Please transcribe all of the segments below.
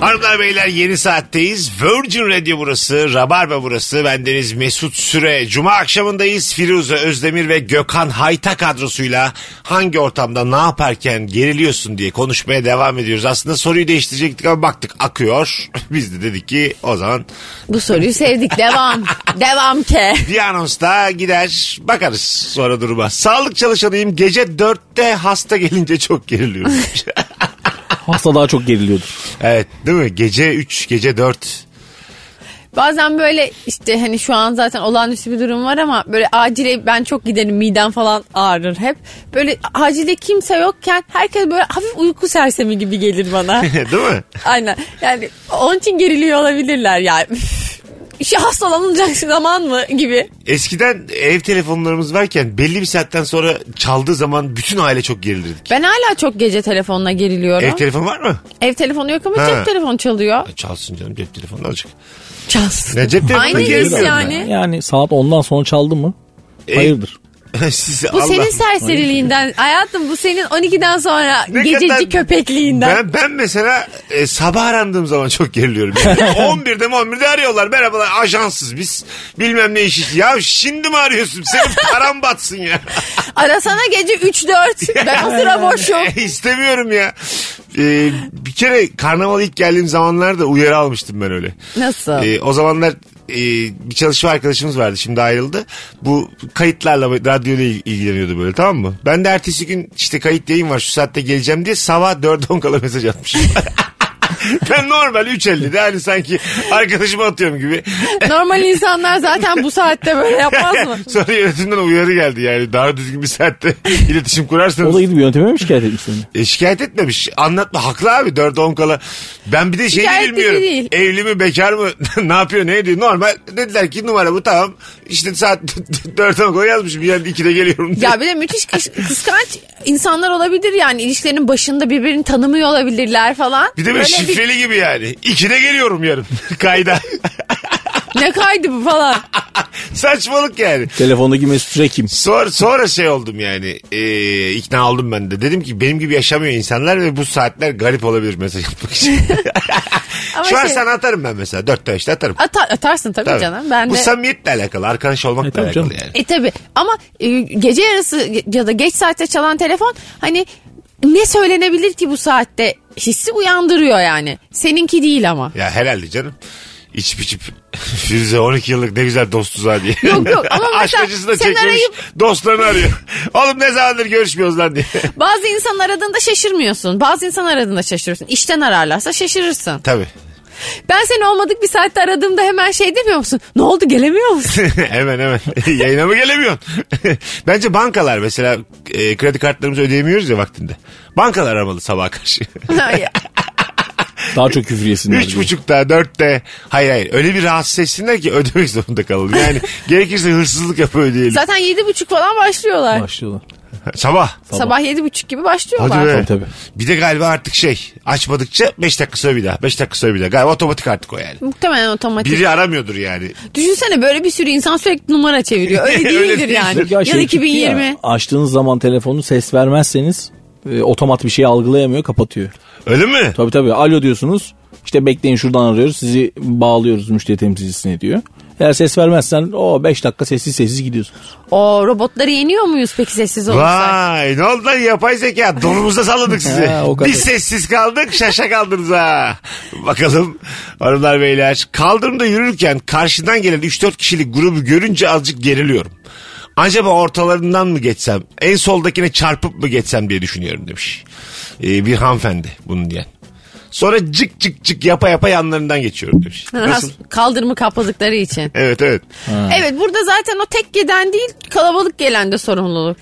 Hanımlar beyler yeni saatteyiz. Virgin Radio burası, Rabarba burası. Bendeniz Mesut Süre. Cuma akşamındayız. Firuze Özdemir ve Gökhan Hayta kadrosuyla hangi ortamda ne yaparken geriliyorsun diye konuşmaya devam ediyoruz. Aslında soruyu değiştirecektik ama baktık akıyor. Biz de dedik ki o zaman Bu soruyu sevdik. Devam. Devam ke. bir anonsta gider bakarız sonra duruma. Sağlık çalışanıyım. Gece dörtte hasta gelince çok geriliyorum. Hasta daha çok geriliyordur. evet değil mi? Gece üç, gece dört. Bazen böyle işte hani şu an zaten olağanüstü bir durum var ama böyle acile ben çok giderim midem falan ağrır hep. Böyle acilde kimse yokken herkes böyle hafif uyku sersemi gibi gelir bana. değil mi? Aynen yani onun için geriliyor olabilirler yani. Şu hastalanılacak zaman mı gibi. Eskiden ev telefonlarımız varken belli bir saatten sonra çaldığı zaman bütün aile çok gerilirdik. Ben hala çok gece telefonla geriliyorum. Ev telefonu var mı? Ev telefonu yok ama Ha. cep telefonu çalıyor. E, Çalsın canım cep telefonu ne olacak? Çalsın. Ne cep telefonu Aynı his gerilmiyorum yani. ben. Yani saat 10'dan sonra çaldı mı? E, Hayırdır. Siz Bu Allah- senin serseriliğinden. Hayatım bu senin 12'den sonra Ne gececi kadar- köpekliğinden. Ben, ben mesela e, sabah arandığım zaman çok geriliyorum. Yani 11'de mi 11'de arıyorlar. Merhabalar ajansız biz. Bilmem ne iş. işi. Ya şimdi mi arıyorsun? Senin paran batsın ya. Arasana gece 3-4. Ben o sıra boşum. İstemiyorum ya. E, bir kere karnaval ilk geldiğim zamanlarda uyarı almıştım ben öyle. Nasıl? Ee, o zamanlar e, bir çalışma arkadaşımız vardı şimdi ayrıldı. Bu kayıtlarla radyoyla il- ilgileniyordu böyle tamam mı? Ben de ertesi gün işte kayıt yayın var şu saatte geleceğim diye sabah 4.10 kala mesaj atmışım. ben normal 3.50'de hani sanki arkadaşıma atıyorum gibi. Normal insanlar zaten bu saatte böyle yapmaz mı? Sonra yönetimden uyarı geldi yani daha düzgün bir saatte iletişim kurarsanız. O da gidip yönetime mi şikayet etmiş seni? E, şikayet etmemiş. Anlatma. Haklı abi. 4-10 kala. Ben bir de şeyi Şikayet bilmiyorum. gibi değil. Evli mi bekar mı? ne yapıyor ne ediyor? Normal. Dediler ki numara bu tamam. İşte saat 4-10 kala yazmışım. Yani 2'de geliyorum diye. Ya bir de müthiş kış- kıskanç insanlar olabilir yani. ilişkilerin başında birbirini tanımıyor olabilirler falan. bir de böyle Böyle şifreli gibi yani. 2'de geliyorum yarın. Kayda. bir- ne kaydı bu falan. Saçmalık yani. Telefondaki Mesut Süre kim? Sonra, sonra şey oldum yani Ee, ikna oldum ben de. Dedim ki benim gibi yaşamıyor insanlar ve bu saatler garip olabilir mesaj yapmak için. Ama Şu an şey- sana atarım ben mesela. 4'te 5'te atarım. Ata- atarsın tabii, Tabii. canım. Ben bu de... samimiyetle alakalı, arkadaş E, olmakla tabii alakalı canım. yani. E tabi ama e, gece yarısı ge- ya da geç saatte çalan telefon hani ne söylenebilir ki bu saatte hissi uyandırıyor yani. Seninki değil ama. Ya herhalde canım. İçip içip Firuze 12 yıllık ne güzel dostuz ha diye. Yok, yok. Ama mesela Aşk acısı da seni çekmiş arayıp- dostlarını arıyor. Oğlum ne zamandır görüşmüyoruz lan diye. Bazı insan aradığında şaşırmıyorsun. Bazı insan aradığında şaşırıyorsun. İşten ararlarsa şaşırırsın. Tabii. Ben seni olmadık bir saatte aradığımda hemen şey demiyor musun? Ne oldu gelemiyor musun? hemen hemen. Yayına mı gelemiyorsun? Bence bankalar mesela e, kredi kartlarımızı ödeyemiyoruz ya vaktinde. Bankalar aramalı sabaha karşı. Hayır. Daha çok küfür yesinler. Üç diye. buçukta, dörtte. Hayır hayır. Öyle bir rahatsız etsinler ki ödemek zorunda kalalım. Yani gerekirse hırsızlık yapıp ödeyelim. Zaten yedi buçuk falan başlıyorlar. Başlıyorlar. Sabah. Sabah yedi buçuk gibi başlıyorlar. Hadi be. Tabii, tabii. Bir de galiba artık şey açmadıkça 5 dakika sonra bir daha 5 dakika sonra bir daha. Galiba otomatik artık o yani. Muhtemelen otomatik. Biri aramıyordur yani. Düşünsene böyle bir sürü insan sürekli numara çeviriyor. Öyle Öyle değildir değil. yani. Ya şey Yıl çıktı 2020. ya, açtığınız zaman telefonu ses vermezseniz e, otomat bir şey algılayamıyor kapatıyor. Öyle mi? Tabii tabii alo diyorsunuz işte bekleyin şuradan arıyoruz sizi bağlıyoruz müşteri temsilcisine diyor. Eğer ses vermezsen o 5 dakika sessiz sessiz gidiyorsunuz. O robotları yeniyor muyuz peki sessiz olursak? Vay ne oldu lan yapay zeka donumuza salladık sizi. Ha, o kadar. Biz sessiz kaldık şaşa kaldınız ha. Bakalım hanımlar beyler kaldırımda yürürken karşıdan gelen 3-4 kişilik grubu görünce azıcık geriliyorum. Acaba ortalarından mı geçsem en soldakine çarpıp mı geçsem diye düşünüyorum demiş. Ee, bir hanımefendi bunu diyen. Sonra cık cık cık yapa yapa yanlarından geçiyorum demiş. Nasıl? Kaldırımı kapladıkları için. Evet evet. Evet burada zaten o tek gelen değil kalabalık gelen de sorumluluk.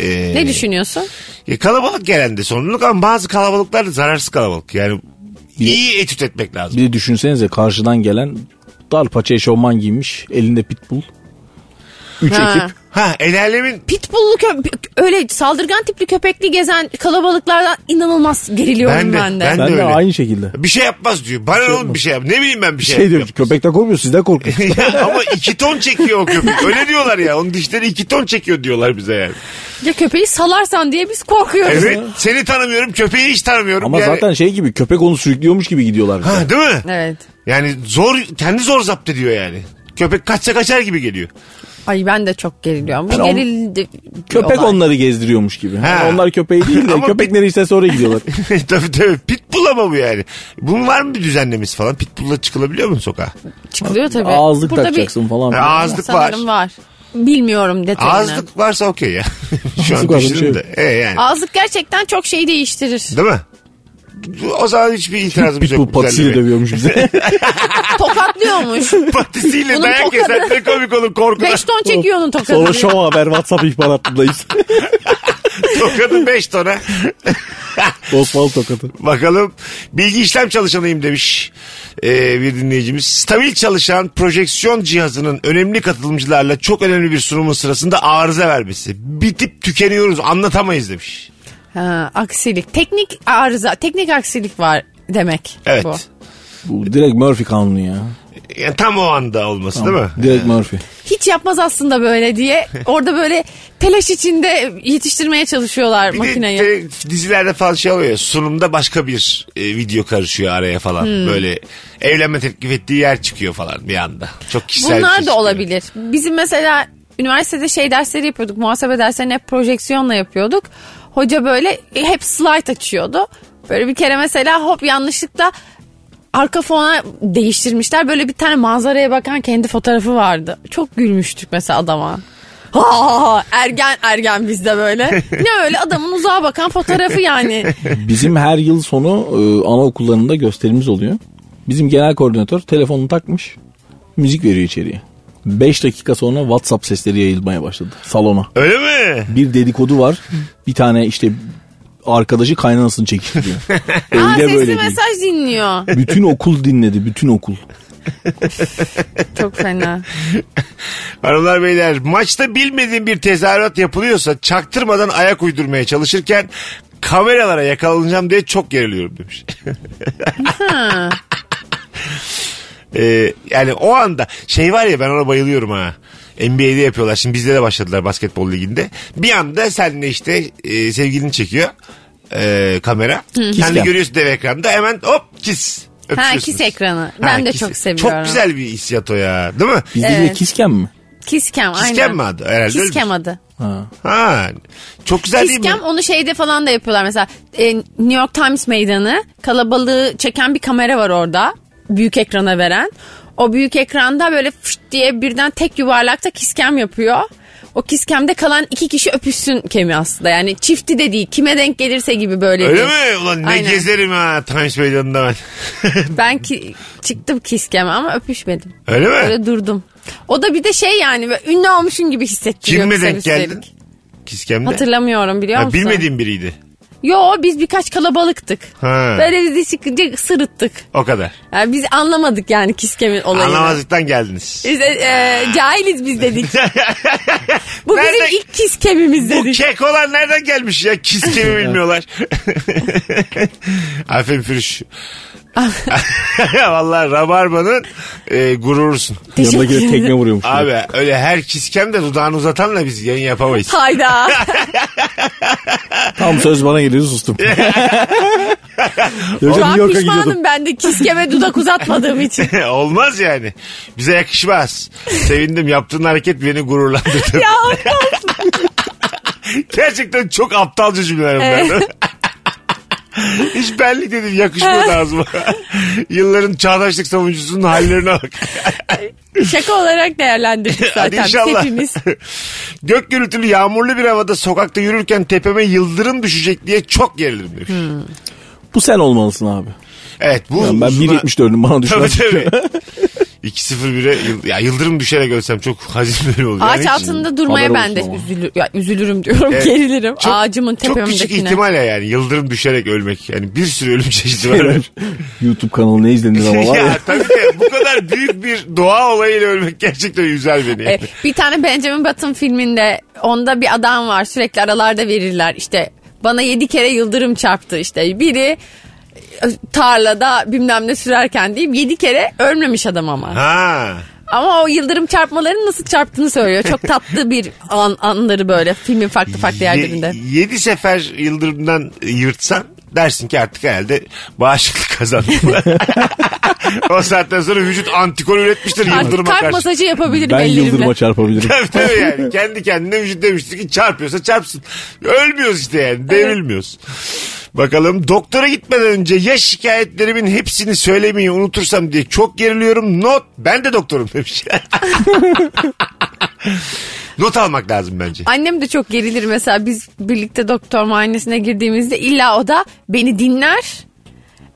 Ee, Ne düşünüyorsun? Ya E, kalabalık gelen de sorumluluk ama bazı kalabalıklar da zararsız kalabalık. Yani iyi etüt etmek lazım. Bir de düşünsenize karşıdan gelen dar paça eşofman giymiş elinde pitbull. Üç Ha. ekip. Ha el alemin Pitbull'lu köpek öyle saldırgan tipli köpekli gezen kalabalıklardan inanılmaz geriliyorum Ben ben de, de. ben- Ben de, öyle. aynı şekilde. bir şey yapmaz diyor. Bana ne oğlum bir şey yap. Ne bileyim ben bir şey, Şey diyor yap. köpekten korkmuyor sizden korkuyor. Ya ama iki ton çekiyor o köpek. Öyle diyorlar ya. Onun dişleri iki ton çekiyor diyorlar bize yani. Ya köpeği salarsan diye biz korkuyoruz. Evet. Seni tanımıyorum. Köpeği hiç tanımıyorum. Ama yani. zaten şey gibi köpek onu sürüklüyormuş gibi gidiyorlar. Ha, değil mi? Evet. Yani zor kendi zor zapt ediyor yani. Köpek kaçsa kaçar gibi geliyor. Ay ben de çok geriliyorum. Bu Ben on- gerildi. Köpek olay. onları gezdiriyormuş gibi. Ha. Yani onlar köpeği değil de Ama köpek bir- nereye sonra gidiyorlar. tabii tabii. Pitbull ama bu yani. Bunun var mı bir düzenlemesi falan? Pitbull'la çıkılabiliyor mu sokağa? Çıkılıyor tabii. Ağızlık Burada takacaksın falan. Ha, ağızlık var. Sanırım var. Bilmiyorum detayını. Ağızlık. Ağızlık varsa okey ya. Şu an Ağızlık var, bir şey düşündüm yok. de. E yani. gerçekten çok şey değiştirir. Değil mi? O zaman hiçbir itirazımız yok. Pitbull patisiyle Güzel dövüyormuş bize. Tokatlıyormuş. bir- Patisiyle Bunun dayak tokadı. yesen ne komik olur korkudan. 5 ton çekiyor onun tokadını. Sonra şov haber WhatsApp ihbaratındayız. Tokadı 5 tona. Osmanlı tokadı. Bakalım bilgi işlem çalışanıyım demiş ee, bir dinleyicimiz. Stabil çalışan projeksiyon cihazının önemli katılımcılarla çok önemli bir sunumun sırasında arıza vermesi. Bitip tükeniyoruz anlatamayız demiş. Ha, aksilik. Teknik arıza. Teknik aksilik var demek Evet. bu. Bu direkt Murphy kanunu ya. Yani tam o anda olması değil mi? Direkt Murphy. Hiç yapmaz aslında böyle diye. Orada böyle telaş içinde yetiştirmeye çalışıyorlar Bir de makineyi. te- dizilerde falan şey oluyor. ya, Sunumda başka bir e, video karışıyor araya falan. Hmm. Böyle evlenme teklif ettiği yer çıkıyor falan bir anda. Çok kişisel bir şey Bunlar da çıkıyor. olabilir. Bizim mesela üniversitede şey dersleri yapıyorduk. Muhasebe derslerini hep projeksiyonla yapıyorduk. Hoca böyle e, hep slide açıyordu. Böyle bir kere mesela hop yanlışlıkla arka fona değiştirmişler. Böyle bir tane manzaraya bakan kendi fotoğrafı vardı. Çok gülmüştük mesela adama. Ha, ergen ergen bizde böyle. Ne öyle adamın uzağa bakan fotoğrafı yani. Bizim her yıl sonu e, anaokullarında gösterimiz oluyor. Bizim genel koordinatör telefonunu takmış. Müzik veriyor içeriye. 5 dakika sonra WhatsApp sesleri yayılmaya başladı salona. Öyle mi? Bir dedikodu var. Bir tane işte arkadaşı kaynanasını çekiştiriyor. Aa, Öyle sesli böyle değil. mesaj dinliyor. Bütün okul dinledi, bütün okul. Çok fena. Hanımlar beyler maçta bilmediğim bir tezahürat yapılıyorsa çaktırmadan ayak uydurmaya çalışırken kameralara yakalanacağım diye çok geriliyorum demiş. Ee, yani o anda şey var ya ben ona bayılıyorum ha. NBA'de yapıyorlar. Şimdi bizde de başladılar basketbol liginde. Bir anda seninle işte e, sevgilini çekiyor e, kamera. Sen de Kisler. görüyorsun dev ekranda hemen hop kiss. Ha Öpüşüyorsunuz. kis ekranı. Ben Ha, de kiss. çok seviyorum. Çok güzel bir hissiyat o ya değil mi? Bizde Evet. de kisken mi? Kiskem aynen. Kiskem mi adı? Herhalde öyle bir şey. Kiskem adı. Ha. Ha, çok güzel değil Kiskem mi? onu şeyde falan da yapıyorlar. Mesela e, New York Times meydanı kalabalığı çeken bir kamera var orada. Büyük ekrana veren. O büyük ekranda böyle fışt diye birden tek yuvarlakta kiskem yapıyor. O kiskemde kalan iki kişi öpüşsün kemi aslında. Yani çifti de değil. Kime denk gelirse gibi böyle. Öyle değil. mi? Ulan ne Aynen. gezerim ha Times Meydanı'nda ben. Ben ki, çıktım kiskeme ama öpüşmedim. Öyle mi? Böyle durdum. O da bir de şey yani böyle ünlü olmuşum gibi hissettiriyor. Kimle kısa denk bir geldin? sürelik. Kiskem'de. Hatırlamıyorum biliyor Ha, musun? bilmediğim biriydi. Yo biz birkaç kalabalıktık. Ha. Böyle bizi çıkınca sırıttık. O kadar. Yani biz anlamadık yani kiskemin olayını. Anlamazlıktan geldiniz. Biz, e, e, cahiliz biz dedik. Bu Nerede- bizim ilk kiskemimiz Bu dedik. kek olan nereden gelmiş ya? Kiskemi bilmiyorlar. Aferin Firuş. Vallahi Rabarba'nın e, gururusun. Yanındaki de tekme vuruyormuş. Abi öyle her kiskem de dudağını uzatanla biz yayın yapamayız. Hayda. Tam söz bana geliyor sustum. Şu Yoksa New an York'a gidiyordum. pişmanım ben de kiskeme dudak uzatmadığım için. Olmaz yani. Bize yakışmaz. Sevindim. Yaptığın hareket beni gururlandırdı. ya Gerçekten çok aptalca cümleler bunlar. Hiç benlik dedim yakışmıyor ağzıma. Yılların çağdaşlık savunucusunun hallerine bak. şaka olarak değerlendirdik Hadi zaten biz inşallah. hepimiz. Gök gürültülü yağmurlu bir havada sokakta yürürken tepeme yıldırım düşecek diye çok gerilirim demiş. Hmm. Bu sen olmalısın abi. Evet bu Yani ben uzuna- 1.74'üm bana Tabii düşmez. tabii. 2-0-1'e yıl- ya yıldırım düşerek ölsem çok hazin böyle oluyor. Ağaç Yani hiç- altında durmaya Haber ben de olsun ama. üzülür, ya üzülürüm diyorum. Evet. Gerilirim. Ağacımın Çok küçük tepemdekine. ihtimalle yani yıldırım düşerek ölmek. Yani bir sürü ölüm çeşidi var. YouTube kanalı ne izlenir ama var ya ya. tabii de bu kadar büyük bir doğa olayıyla ölmek gerçekten üzer beni. E, bir tane Benjamin Button filminde onda bir adam var sürekli aralarda verirler işte bana yedi kere yıldırım çarptı işte biri e, tarlada bilmem ne sürerken diyeyim yedi kere ölmemiş adam ama. Ha. Ama o yıldırım çarpmalarının nasıl çarptığını söylüyor. Çok tatlı bir an, anları böyle filmin farklı farklı yerlerinde. 7 sefer yıldırımdan yırtsan dersin ki artık herhalde bağışıklık kazandım. o saatten sonra vücut antikor üretmiştir Artık yıldırıma kalp karşı. masajı yapabilirim Ben ellerimle. yıldırıma çarpabilirim. Tabii tabii yani. Kendi kendine vücut demiştir ki çarpıyorsa çarpsın. Ölmüyoruz işte yani. Devrilmiyoruz. Bakalım doktora gitmeden önce ya şikayetlerimin hepsini söylemeyi unutursam diye çok geriliyorum. Not ben de doktorum demiş. Not almak lazım bence. Annem de çok gerilir mesela biz birlikte doktor muayenesine girdiğimizde illa o da beni dinler.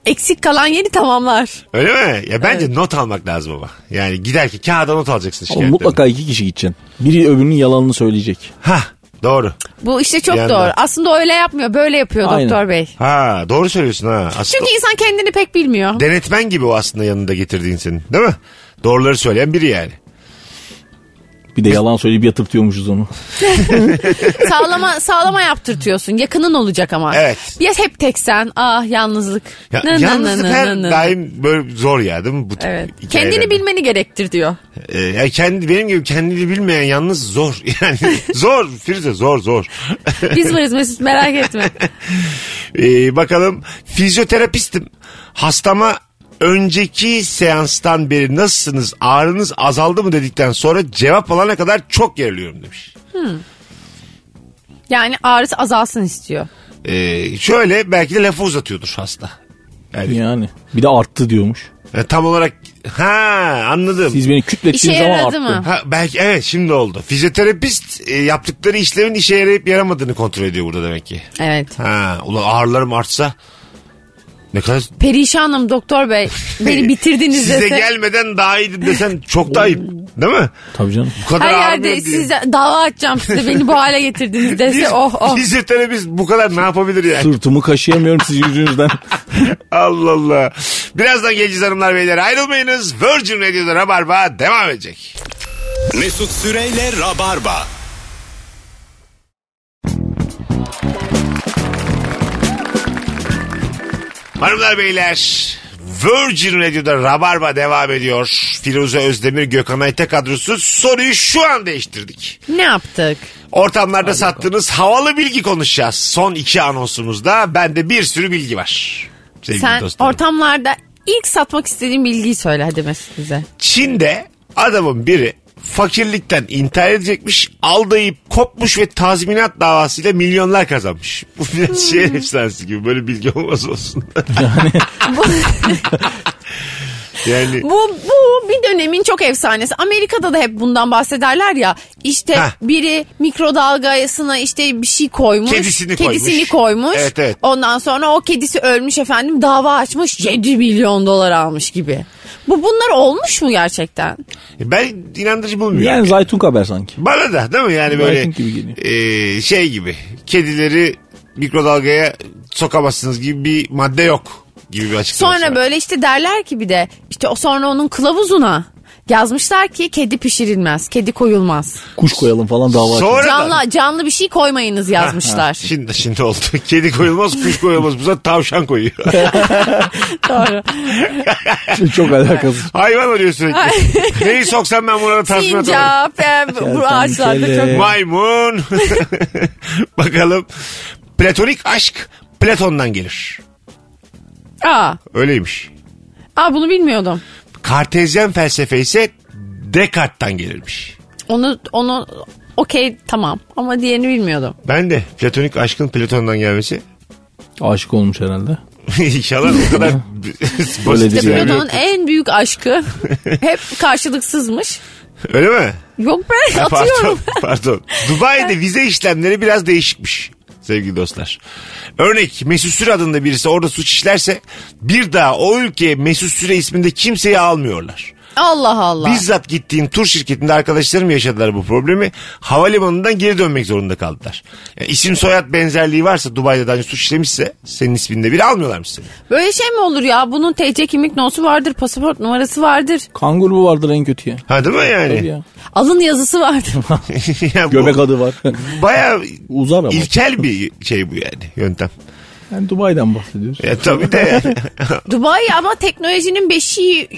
Eksik kalan yeri tamamlar. Öyle mi? Ya bence not almak lazım ama. Yani giderken kağıda not alacaksın Oğlum şikayetlerini. mutlaka iki kişi gideceksin. Biri öbürünün yalanını söyleyecek. Ha doğru. Bu işte çok Bir yandan. doğru. Aslında öyle yapmıyor, böyle yapıyor Aynen. doktor bey. Ha doğru söylüyorsun ha. Aslında Çünkü insan kendini pek bilmiyor. denetmen gibi o aslında yanında getirdiğin senin. Değil mi? Doğruları söyleyen biri yani. Bir de yalan söyleyip yatıp diyormuşuz onu. sağlama sağlama yaptırtıyorsun. Yakının olacak ama. Evet. Ya hep tek sen. Ah yalnızlık. Ya, Nı nı yalnızlık nı her nı nı. daim böyle zor ya değil mi? Bu tip Evet. hikayelerde? Kendini bilmeni gerektir diyor. Ee, ya kendi, benim gibi kendini bilmeyen yalnız zor. Yani zor Firuze zor zor. Biz varız Mesut merak etme. Ee, bakalım fizyoterapistim. Hastama önceki seanstan beri nasılsınız ağrınız azaldı mı dedikten sonra cevap alana kadar çok geriliyorum demiş. Yani ağrısı azalsın istiyor. Ee, şöyle belki de lafı uzatıyordur hasta. Yani, Yani. Bir de arttı diyormuş. e, tam olarak ha anladım. Siz beni kütlettiğiniz İşe zaman yaradı arttı. mı? Ha, belki evet şimdi oldu. Fizyoterapist e, yaptıkları işlemin işe yarayıp yaramadığını kontrol ediyor burada demek ki. Evet. Ha, ulan ağrılarım artsa ne kadar Ee, Perişanım doktor bey. Beni bitirdiniz size dese. gelmeden daha iyiydim desen çok da ayıp değil mi? Tabii canım. Bu kadar Her yerde ağrımıyorum diye. size dava açacağım size beni bu hale getirdiniz dese Fiz- oh oh. Fizyoterapist bu kadar ne yapabilir yani? Sırtımı kaşıyamıyorum sizin yüzünüzden. Allah Allah. Birazdan geleceğiz hanımlar beyler ayrılmayınız. Virgin Radio'da Rabarba devam edecek. Mesut Süreyle Rabarba. Hanımlar beyler Virgin Radio'da Rabarba devam ediyor. Firuze Özdemir, Gökhan Ayta kadrosu soruyu şu an değiştirdik. Ne yaptık? Ortamlarda sattığınız havalı bilgi konuşacağız. Son iki anonsumuzda bende bir sürü bilgi var. Sevgili Sen dostlarım. ortamlarda ilk satmak istediğin bilgiyi söyle hadi Mesut bize. Çin'de adamın biri fakirlikten intihar edecekmiş, aldayıp kopmuş ve tazminat davasıyla milyonlar kazanmış. Bu biraz şey efsanesi gibi böyle bilgi olmaz olsun. Ah. yani Bu, bu bir dönemin çok efsanesi. Amerika'da da hep bundan bahsederler ya. İşte Heh. biri mikrodalgasına işte bir şey koymuş. Kedisini koymuş. koymuş. Evet, evet. Ondan sonra o kedisi ölmüş efendim dava açmış 7 milyon dolar almış gibi. Bu bunlar olmuş mu gerçekten? ben inandırıcı bulmuyorum. Yani zaytun haber sanki. Bana da değil mi yani böyle Viking gibi geliyor. e, şey gibi kedileri mikrodalgaya sokamazsınız gibi bir madde yok gibi bir açıklama. Sonra böyle işte derler ki bir de işte o sonra onun kılavuzuna yazmışlar ki kedi pişirilmez, kedi koyulmaz. Kuş koyalım falan dava açalım. Sonra da- Canlı canlı bir şey koymayınız yazmışlar. Şimdi, şimdi oldu. Kedi koyulmaz, kuş koyulmaz. Bu sefer tavşan koyuyor. Doğru. Çok alakasız. Hayvan oluyor sürekli. Neyi soksam ben buna da tazminat alırım. Sincap, e, bu ağaçlarda çok Kertenkele. Maymun. Bakalım. Platonik aşk Platon'dan gelir. Aa, Öyleymiş. aa bunu bilmiyordum. Kartezyen felsefe ise Descartes'tan gelirmiş. Onu onu okey tamam ama diğerini bilmiyordum. Ben de platonik aşkın Platon'dan gelmesi. Aşık olmuş herhalde. İnşallah o kadar basit. dedi İşte yani. Öyle, Platon'un en büyük aşkı hep karşılıksızmış. Öyle mi? Yok ben Ha, atıyorum. Pardon, pardon. Dubai'de vize işlemleri biraz değişikmiş sevgili dostlar. Örnek Mesut Süre adında birisi orada suç işlerse bir daha o ülkeye Mesut Süre isminde kimseyi almıyorlar. Allah Allah. Bizzat gittiğim tur şirketinde arkadaşlarım yaşadılar bu problemi. Havalimanından geri dönmek zorunda kaldılar. Yani isim soyad benzerliği varsa Dubai'de daha önce suç işlemişse senin isminde biri almıyorlarmış seni. Böyle şey mi olur ya? Bunun TC kimlik notu vardır, pasaport numarası vardır, Kanguru vardır en kötü ya. Ha değil mi Tabii yani? ya. alın yazısı vardır. Ya bu Göbek adı var. Bayağı Uzar ama. ilkel bir şey bu yani yöntem. Yani Dubai'den bahsediyoruz. Ya tabii de yani. Dubai ama teknolojinin beşiği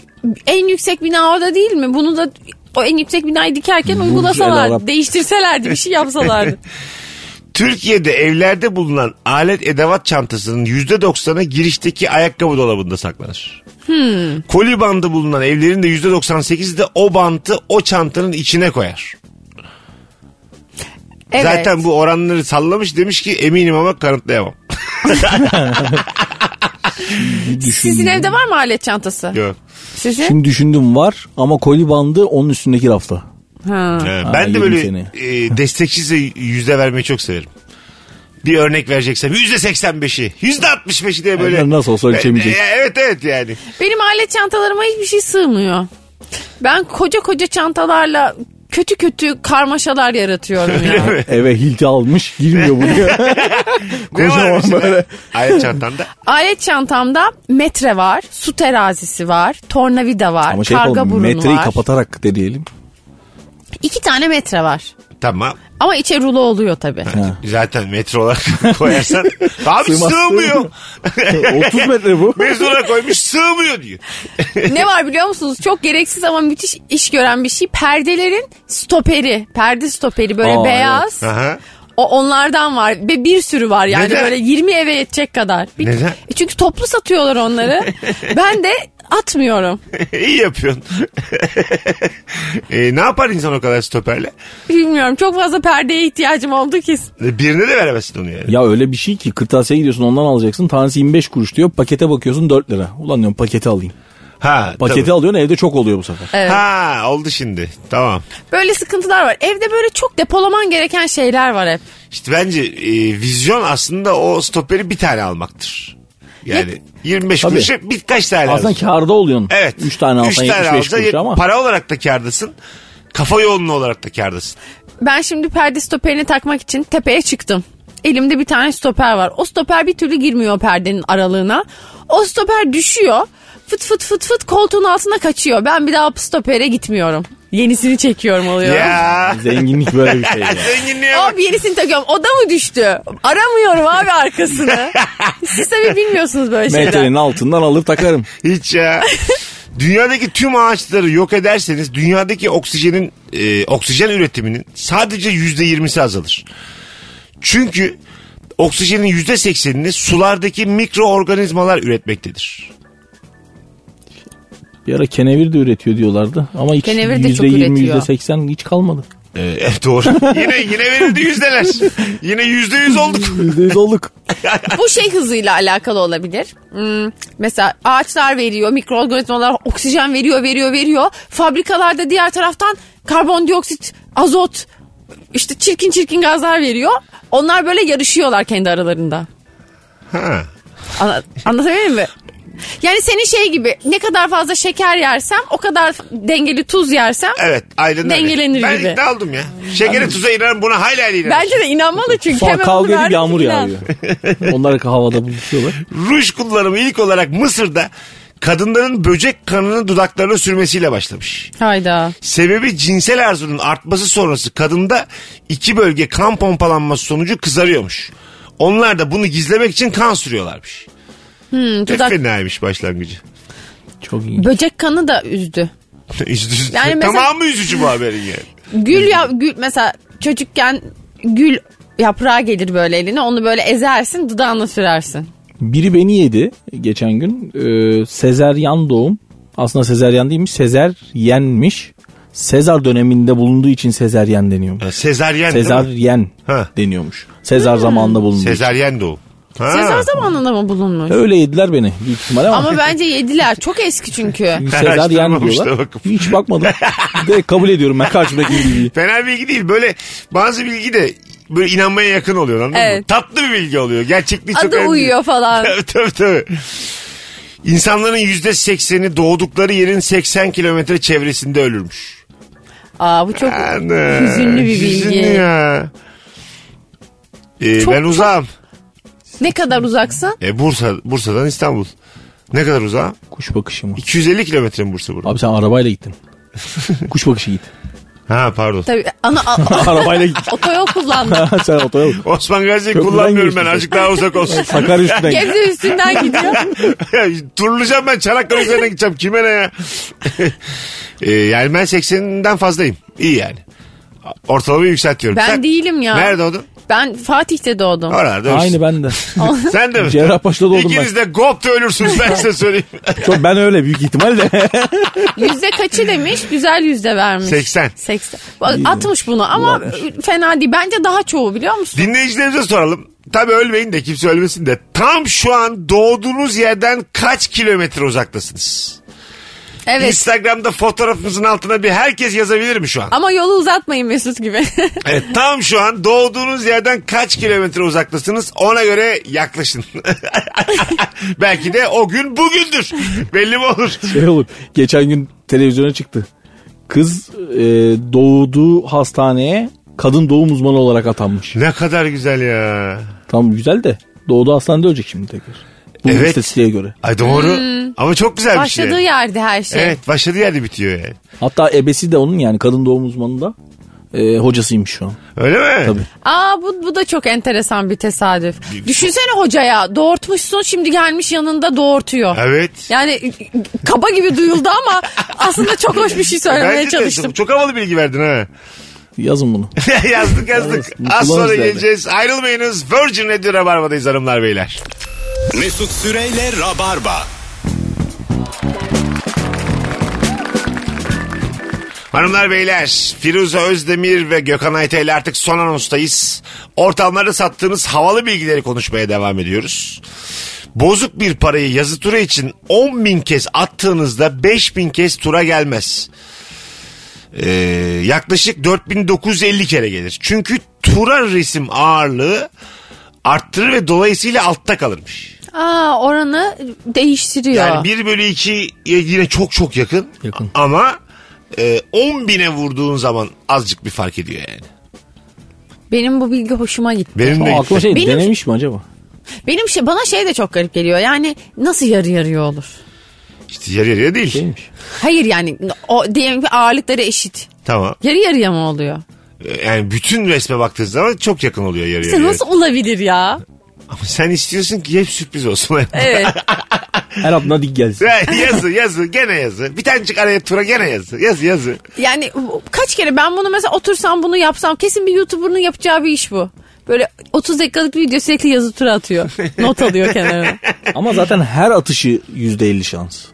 en yüksek bina orada değil mi? Bunu da o en yüksek binayı dikerken El uygulasalar, Arab. değiştirselerdi, bir şey yapsalardı. Türkiye'de evlerde bulunan alet edevat çantasının %90'ı girişteki ayakkabı dolabında saklanır. Koli bandı bulunan evlerin de %98'i de o bantı o çantanın içine koyar. Evet. Zaten bu oranları sallamış demiş ki eminim ama kanıtlayamam. Sizin evde var mı alet çantası? Yok. Sizin? Şimdi düşündüm var ama koli bandı onun üstündeki rafta. Ha. Ee, Ha, ben de yedim böyle seni. e, destekçize yüzde vermeyi çok severim. Bir örnek vereceksem yüzde seksen beşi, yüzde altmış beşi diye böyle. Aynen, nasıl olsa şey ölçemeyecek. E, e, Evet evet yani. Benim alet çantalarıma hiçbir şey sığmıyor. Ben koca koca çantalarla kötü kötü karmaşalar yaratıyorum Öyle ya. mi? Eve hilti almış girmiyor buraya. Ne Kocaman var mesela? böyle. Ayak çantanda. Alet çantamda metre var, su terazisi var, tornavida var, ama şey karga yapalım burunu metreyi var. kapatarak deneyelim. İki tane metre var. Tamam. Ama içe rulo oluyor tabii. Zaten metre olarak koyarsan. Abi Sığmaz, sığmıyor. sığmıyor. 30 metre bu. Mezuna koymuş sığmıyor diyor. ne var biliyor musunuz? Çok gereksiz ama müthiş iş gören bir şey. Perdelerin stoperi. Perde stoperi böyle Aa, beyaz. Aha. O onlardan var ve bir sürü var yani Neden? böyle 20 eve yetecek kadar. Bir- Neden? E çünkü toplu satıyorlar onları. ben de atmıyorum. İyi yapıyorsun. e, ne yapar insan o kadar stoperle? Bilmiyorum çok fazla perdeye ihtiyacım oldu ki. E, Birine de veremezsin onu yani. Ya öyle bir şey ki kırtasiye gidiyorsun ondan alacaksın. Tanesi 25 kuruş diyor. Pakete bakıyorsun 4 lira. Ulan diyorum paketi alayım. Ha, Paketi tabii. alıyorsun evde çok oluyor bu sefer. Evet. Ha oldu şimdi. Tamam. Böyle sıkıntılar var. Evde böyle çok depolaman gereken şeyler var hep. İşte bence e, vizyon aslında o stoperi bir tane almaktır. Yani 25 Tabii. kuruşa birkaç tane Aslında lazım. kârda oluyorsun. Evet. 3 tane Üç alsan tane 75 alsa kuruş ama. Para olarak da kârdasın. Kafa yoğunluğu olarak da kârdasın. Ben şimdi perde stoperini takmak için tepeye çıktım. Elimde bir tane stoper var. O stoper bir türlü girmiyor o perdenin aralığına. O stoper düşüyor. Fıt fıt fıt fıt koltuğun altına kaçıyor. Ben bir daha stopere gitmiyorum. Yenisini çekiyorum oluyor. Ya. Zenginlik böyle bir şey. ya. Zenginliğe bak. Abi yenisini takıyorum. O da mı düştü? Aramıyorum abi arkasını. Siz tabii bilmiyorsunuz böyle şeyler. Metrenin altından alır takarım. Hiç ya. Dünyadaki tüm ağaçları yok ederseniz dünyadaki oksijenin e, oksijen üretiminin sadece yüzde yirmisi azalır. Çünkü oksijenin yüzde seksenini sulardaki mikroorganizmalar üretmektedir. Bir ara kenevir de üretiyor diyorlardı. Ama hiç Kenevir de çok %20 üretiyor. %80 hiç kalmadı. E, evet, doğru. yine yine verildi yüzdeler. Yine yüzde yüz olduk. %100 olduk. Bu şey hızıyla alakalı olabilir. Hmm, mesela ağaçlar veriyor, mikroorganizmalar oksijen veriyor, veriyor, veriyor. Fabrikalarda diğer taraftan karbondioksit, azot, işte çirkin çirkin gazlar veriyor. Onlar böyle yarışıyorlar kendi aralarında. Ha. Ana- Anlatabiliyor muyum? Yani senin şey gibi ne kadar fazla şeker yersem o kadar dengeli tuz yersem Evet aynen öyle. Dengelenir ben gibi. ikna oldum ya. Şekere tuza inanın buna hala hala inanırım. bence de inanmalı çünkü. Sonra hemen kavga onu edip verdim, yağmur inan. yağıyor. Onlar havada buluşuyorlar. Ruj kullanımı ilk olarak Mısır'da kadınların böcek kanını dudaklarına sürmesiyle başlamış. Hayda. Sebebi cinsel arzunun artması sonrası kadında iki bölge kan pompalanması sonucu kızarıyormuş. Onlar da bunu gizlemek için kan sürüyorlarmış. Hmm, Ne dudak- fenaymış başlangıcı. Çok iyi. Böcek kanı da üzdü. Üzdü- Yani mesela- Tamamı üzücü bu haberin yani. Gül ya gül mesela çocukken gül yaprağı gelir böyle eline onu böyle ezersin dudağına sürersin. Biri beni yedi geçen gün. Ee, sezeryan doğum. Aslında sezeryan değilmiş. Sezeryenmiş. Sezar döneminde bulunduğu için sezeryen deniyormuş. Ha, Sezaryen değil mi? Sezaryen Ha. deniyormuş. Sezar zamanında bulunduğu için. Sezaryen doğum. Ha. Sezar zamanında mı bulunmuş? Öyle yediler beni büyük ihtimal ama. Ama bence yediler. Çok eski çünkü. Sezaryen Araştırmamışlar diyorlar. bakın. Hiç bakmadım. De kabul ediyorum ben karşımdaki bilgiyi. Fena bilgi değil. Böyle bazı bilgi de böyle inanmaya yakın oluyor anladın mı? Evet. Tatlı bir bilgi oluyor. Gerçekliği çok Adı önemli değil. uyuyor falan. tabii tabii tabii. İnsanların yüzde sekseni doğdukları yerin 80 kilometre çevresinde ölürmüş. Aa bu çok Ana, hüzünlü bir hüzünlü bilgi. ya. Ee, Çok- ben uzağım. Ne kadar uzaksın? E, Bursa, Bursa'dan İstanbul. Ne kadar uzağım? Kuş bakışı mı? 250 kilometre mi Bursa burası? Abi sen arabayla gittin. Kuş bakışı git. Ha pardon. Tabii ana a- a- arabayla git. otoyol kullandım. sen otoyol. Osman Gazi'yi Çok kullanmıyorum güzel ben. geçti. Azıcık daha uzak olsun. Sakarya üstüne git. Gebze üstünden gidiyor. Turlayacağım ben. Çanakkale üzerine gideceğim. Kime ne ya? Ee, yani ben 80'den fazlayım. İyi yani. Ortalamayı yükseltiyorum. Ben değilim ya. Nerede oldun? Ben Fatih'te doğdum. Oralarda Aynı ölürsün. ben de. Sen de mi? Cerrahpaşa'da doğdum İkiniz de GOP'ta ölürsünüz ben size söyleyeyim. Çok ben öyle büyük ihtimalle. Yüzde kaçı demiş? Güzel yüzde vermiş. 80. 80. Bak, 60 bunu ama fena değil. Bence daha çoğu biliyor musun? Dinleyicilerimize soralım. Tabii ölmeyin de kimse ölmesin de. Tam şu an doğduğunuz yerden kaç kilometre uzaktasınız? Evet. Instagram'da fotoğrafımızın altına bir herkes yazabilir mi şu an? ama yolu uzatmayın Mesut gibi. Evet, tam şu an doğduğunuz yerden kaç kilometre uzaktasınız ona göre yaklaşın. Belki de o gün bugündür. Belli mi olur? şey olur. Geçen gün televizyona çıktı. Kız e, doğduğu hastaneye kadın doğum uzmanı olarak atanmış. Ne kadar güzel ya. Tamam güzel de doğduğu hastanede ölecek şimdi tekrar. Bu Evet. istatistiğe göre. Ay doğru. Ama çok güzel bir şey. Hmm. Başladığı yerde her şey. Evet başladığı yerde bitiyor yani. Hatta ebesi de onun yani kadın doğum uzmanı da e, hocasıymış şu an. Öyle mi? Tabii. Aa bu, bu da çok enteresan bir şey. tesadüf. Düşünsene hocaya doğurtmuşsun şimdi gelmiş yanında doğurtuyor. Evet. Yani kaba gibi duyuldu ama aslında çok hoş bir şey söylemeye Bence de çalıştım. çok havalı bilgi verdin ha. Yazın bunu. yazdık yazdık. Evet, Az sonra kullanırız yani. geleceğiz. Ayrılmayınız. Virgin Radio Rabarba'dayız hanımlar beyler. Mesut Süreyle Rabarba. Hanımlar beyler Firuze Özdemir ve Gökhan Ayta ile artık son anonstayız. Ortamlarda sattığınız havalı bilgileri konuşmaya devam ediyoruz. Bozuk bir parayı yazı tura için 10 bin kez attığınızda 5 bin kez tura gelmez. Ee, yaklaşık 4950 kere gelir. Çünkü tura resim ağırlığı arttırır ve dolayısıyla altta kalırmış. Aa oranı değiştiriyor. Yani 1 bölü 2 yine çok çok yakın. Yakın. Ama e, 10 bine vurduğun zaman azıcık bir fark ediyor yani. Benim bu bilgi hoşuma gitti. Benim de Ama gitti. aklıma şey Benim- denemiş mi acaba? Benim şey bana şey de çok garip geliyor. Yani nasıl yarı yarıya olur? İşte yarı yarıya değil. Şeymiş. Hayır yani o diyelim ki ağırlıkları eşit. Tamam. Yarı yarıya mı oluyor? E, Yani bütün resme baktığın zaman çok yakın oluyor yarı İşte yarıya. nasıl olabilir ya? Ama sen istiyorsun ki hep sürpriz olsun. Evet. Her adına dik gelsin. yazı yazı gene yazı. Bir tanecik araya tura gene yazı. Yazı yazı. Yani kaç kere ben bunu mesela otursam bunu yapsam kesin bir YouTuber'ın yapacağı bir iş bu. Böyle 30 dakikalık bir video sürekli yazı tura atıyor. Not alıyor kenarına. Ama zaten her atışı %50 şans.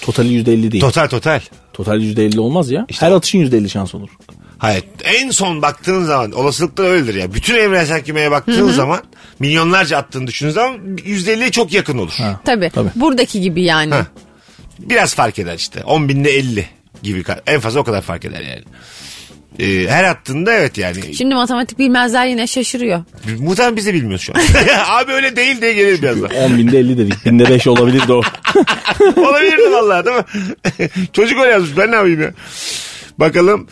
Totali %50 değil. Total total. Total %50 olmaz ya. Her atışın %50 şans olur. Hayır. En son baktığın zaman olasılıkla öyledir ya. Bütün evrensel kümeye baktığın zaman milyonlarca attığını düşündüğün zaman %50'ye çok yakın olur. Ha. Tabii. Tabii. Buradaki gibi yani. Ha. Biraz fark eder işte. 10 binde 50 gibi. ka- En fazla o kadar fark eder yani. Ee, her attığında evet yani. Şimdi matematik bilmezler yine şaşırıyor. Muhtemelen biz de bilmiyoruz şu an. Abi öyle değil diye gelir birazdan. 10 binde 50 dedik. Binde 5 olabilir de o. Olabilirdi vallahi değil mi? Çocuk öyle yazmış ben ne yapayım ya. Bakalım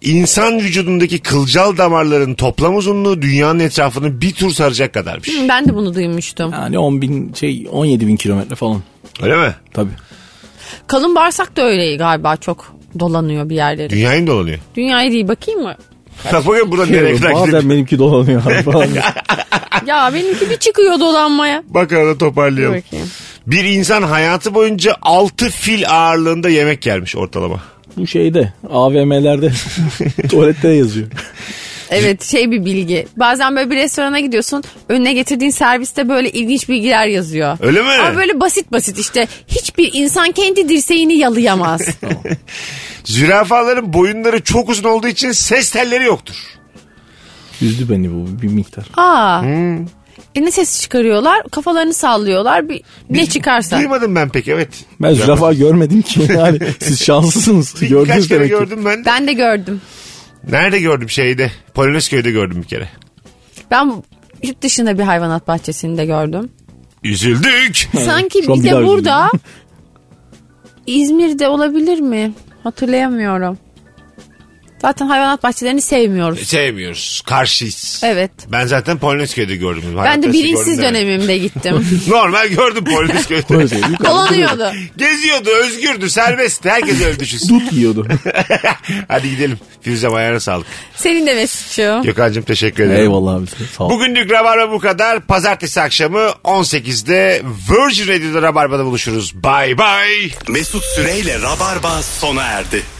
insan vücudundaki kılcal damarların toplam uzunluğu dünyanın etrafını bir tur saracak kadarmış. Hı, Ben de bunu duymuştum. Yani 10 bin şey 17 bin kilometre falan. Öyle mi? Tabii. Kalın bağırsak da öyle galiba çok dolanıyor bir yerleri. Dünyayı mı dolanıyor? Dünyayı değil bakayım mı? Bak bakayım buradan nereye kadar gidelim. Bazen benimki dolanıyor abi falan. Ya benimki bir çıkıyor dolanmaya. Bakalım da Dur toparlayalım. bakayım. Bir insan hayatı boyunca 6 fil ağırlığında yemek yermiş ortalama. Bu şeyde AVM'lerde tuvalette yazıyor. Evet şey bir bilgi. Bazen böyle bir restorana gidiyorsun. Önüne getirdiğin serviste böyle ilginç bilgiler yazıyor. Öyle mi? Ama böyle basit basit işte. Hiçbir insan kendi dirseğini yalayamaz. Zürafaların boyunları çok uzun olduğu için ses telleri yoktur. Üzdü beni bu bir miktar. Aa. E ne sesi çıkarıyorlar? Kafalarını sallıyorlar. Bir, ne çıkarsa. Duymadım ben pek evet. Ben zürafa görmedim ki yani. Siz şanslısınız. Birkaç Gördünüz kere demek ki. gördüm ben. de. Ben de gördüm. Nerede gördüm şeyde? Polonezköy'de gördüm bir kere. Ben yurt dışında bir hayvanat bahçesinde gördüm. Üzüldük. Sanki Şu an bir bir daha de burada İzmir'de olabilir mi? Hatırlayamıyorum. Zaten hayvanat bahçelerini sevmiyoruz. Sevmiyoruz. Karşıyız. Evet. Ben zaten Polonezköy'de gördüm. Ben Hayatta de bilinçsiz gördüm demedim. dönemimde gittim. Normal gördüm Polonezköy'de. Polonezköy. Dolanıyordu. Geziyordu, özgürdü, serbestti. Herkes öyle düşünsün. Dut yiyordu. Hadi gidelim. Firuze'm ayağına sağlık. Senin de Mesut'cu. Gökhan'cığım teşekkür ederim. Eyvallah abi. Sağ ol. Bugünlük Rabarba bu kadar. Pazartesi akşamı 18'de Virgin Radio'da Rabarba'da buluşuruz. Bay bay. Mesut Süreyle Rabarba sona erdi.